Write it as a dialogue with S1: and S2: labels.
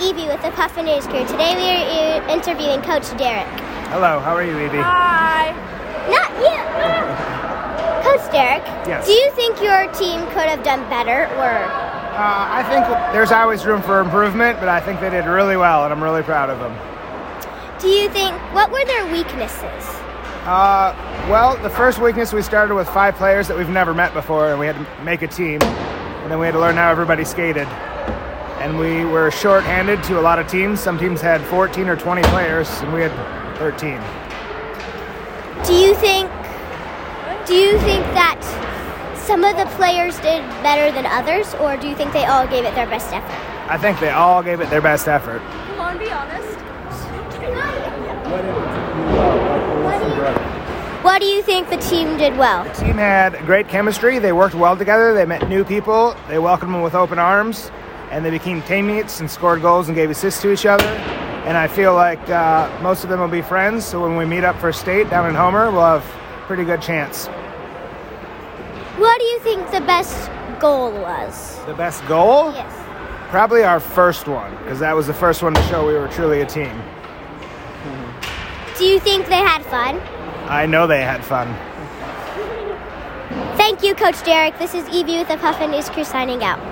S1: Evie with the Puffin News Crew. Today we are i- interviewing Coach Derek.
S2: Hello, how are you, Evie?
S3: Hi.
S1: Not you! Coach Derek,
S2: Yes.
S1: do you think your team could have done better or.
S2: Uh, I think there's always room for improvement, but I think they did really well, and I'm really proud of them.
S1: Do you think. What were their weaknesses?
S2: Uh, well, the first weakness we started with five players that we've never met before, and we had to make a team, and then we had to learn how everybody skated. And we were short-handed to a lot of teams. Some teams had 14 or 20 players, and we had 13.
S1: Do you think. Do you think that some of the players did better than others or do you think they all gave it their best effort?
S2: I think they all gave it their best effort.
S3: Come on, be honest.
S1: What do you think the team did well?
S2: team had great chemistry. They worked well together. They met new people. They welcomed them with open arms, and they became teammates and scored goals and gave assists to each other. And I feel like uh, most of them will be friends. So when we meet up for state down in Homer, we'll have pretty good chance.
S1: What do you think the best goal was?
S2: The best goal,
S1: Yes.
S2: probably our first one, because that was the first one to show we were truly a team.
S1: Do you think they had fun?
S2: I know they had fun.
S1: Thank you, Coach Derek. This is Evie with the Puffin News Crew signing out.